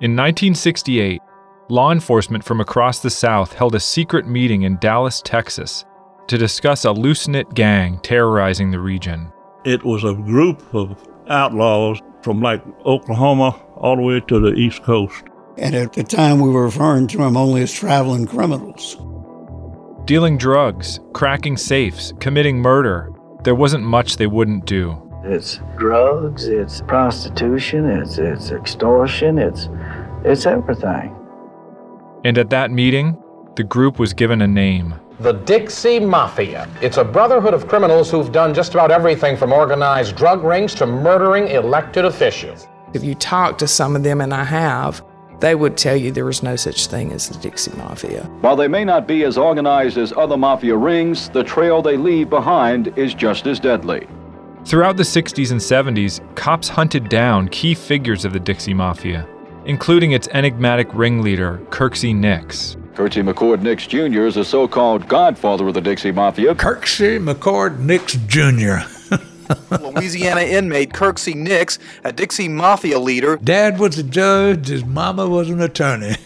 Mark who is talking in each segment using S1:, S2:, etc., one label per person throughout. S1: In 1968, law enforcement from across the South held a secret meeting in Dallas, Texas, to discuss a loose knit gang terrorizing the region.
S2: It was a group of outlaws from like Oklahoma all the way to the East Coast.
S3: And at the time, we were referring to them only as traveling criminals.
S1: Dealing drugs, cracking safes, committing murder, there wasn't much they wouldn't do.
S4: It's drugs, it's prostitution, it's, it's extortion, it's, it's everything.
S1: And at that meeting, the group was given a name
S5: the Dixie Mafia. It's a brotherhood of criminals who've done just about everything from organized drug rings to murdering elected officials.
S6: If you talk to some of them, and I have, they would tell you there was no such thing as the Dixie Mafia.
S7: While they may not be as organized as other mafia rings, the trail they leave behind is just as deadly.
S1: Throughout the 60s and 70s, cops hunted down key figures of the Dixie Mafia, including its enigmatic ringleader, Kirksey Nix.
S7: Kirksey McCord Nix Jr. is the so called godfather of the Dixie Mafia.
S8: Kirksey McCord Nix Jr.
S9: Louisiana inmate Kirksey Nix, a Dixie Mafia leader.
S8: Dad was a judge, his mama was an attorney.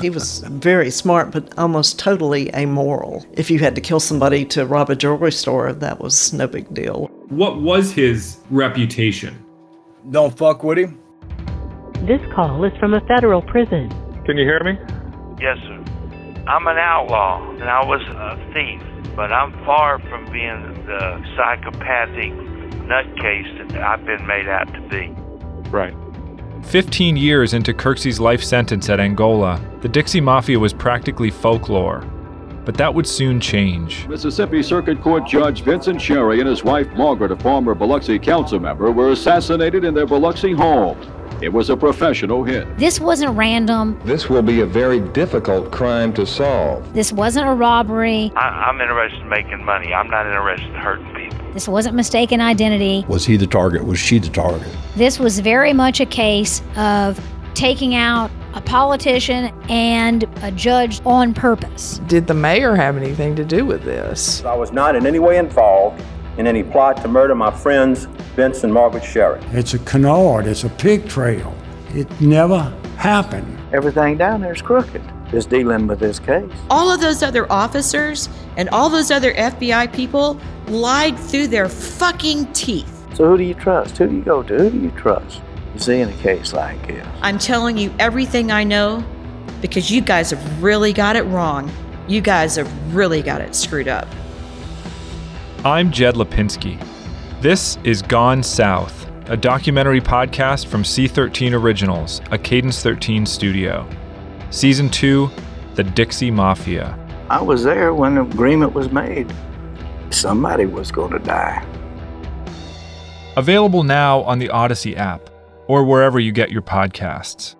S10: he was very smart, but almost totally amoral. If you had to kill somebody to rob a jewelry store, that was no big deal.
S11: What was his reputation?
S12: Don't fuck with him.
S13: This call is from a federal prison.
S1: Can you hear me?
S14: Yes, sir. I'm an outlaw and I was a thief, but I'm far from being the psychopathic nutcase that I've been made out to be.
S1: Right. 15 years into Kirksey's life sentence at Angola, the Dixie Mafia was practically folklore. But that would soon change.
S7: Mississippi Circuit Court Judge Vincent Sherry and his wife Margaret, a former Biloxi council member, were assassinated in their Biloxi home. It was a professional hit.
S15: This wasn't random.
S16: This will be a very difficult crime to solve.
S15: This wasn't a robbery.
S14: I, am interested in making money. I'm not interested in hurting people.
S15: This wasn't mistaken identity.
S17: Was he the target? Was she the target?
S15: This was very much a case of taking out a politician and a judge on purpose.
S6: Did the mayor have anything to do with this?
S18: I was not in any way involved in any plot to murder my friends, Vince and Margaret Sherry.
S19: It's a canard, it's a pig trail. It never happened.
S4: Everything down there is crooked, just dealing with this case.
S20: All of those other officers and all those other FBI people lied through their fucking teeth.
S4: So who do you trust? Who do you go to? Who do you trust? You see, in a case like this,
S20: I'm telling you everything I know because you guys have really got it wrong. You guys have really got it screwed up.
S1: I'm Jed Lipinski. This is Gone South, a documentary podcast from C13 Originals, a Cadence 13 studio. Season 2 The Dixie Mafia.
S4: I was there when the agreement was made. Somebody was going to die.
S1: Available now on the Odyssey app or wherever you get your podcasts.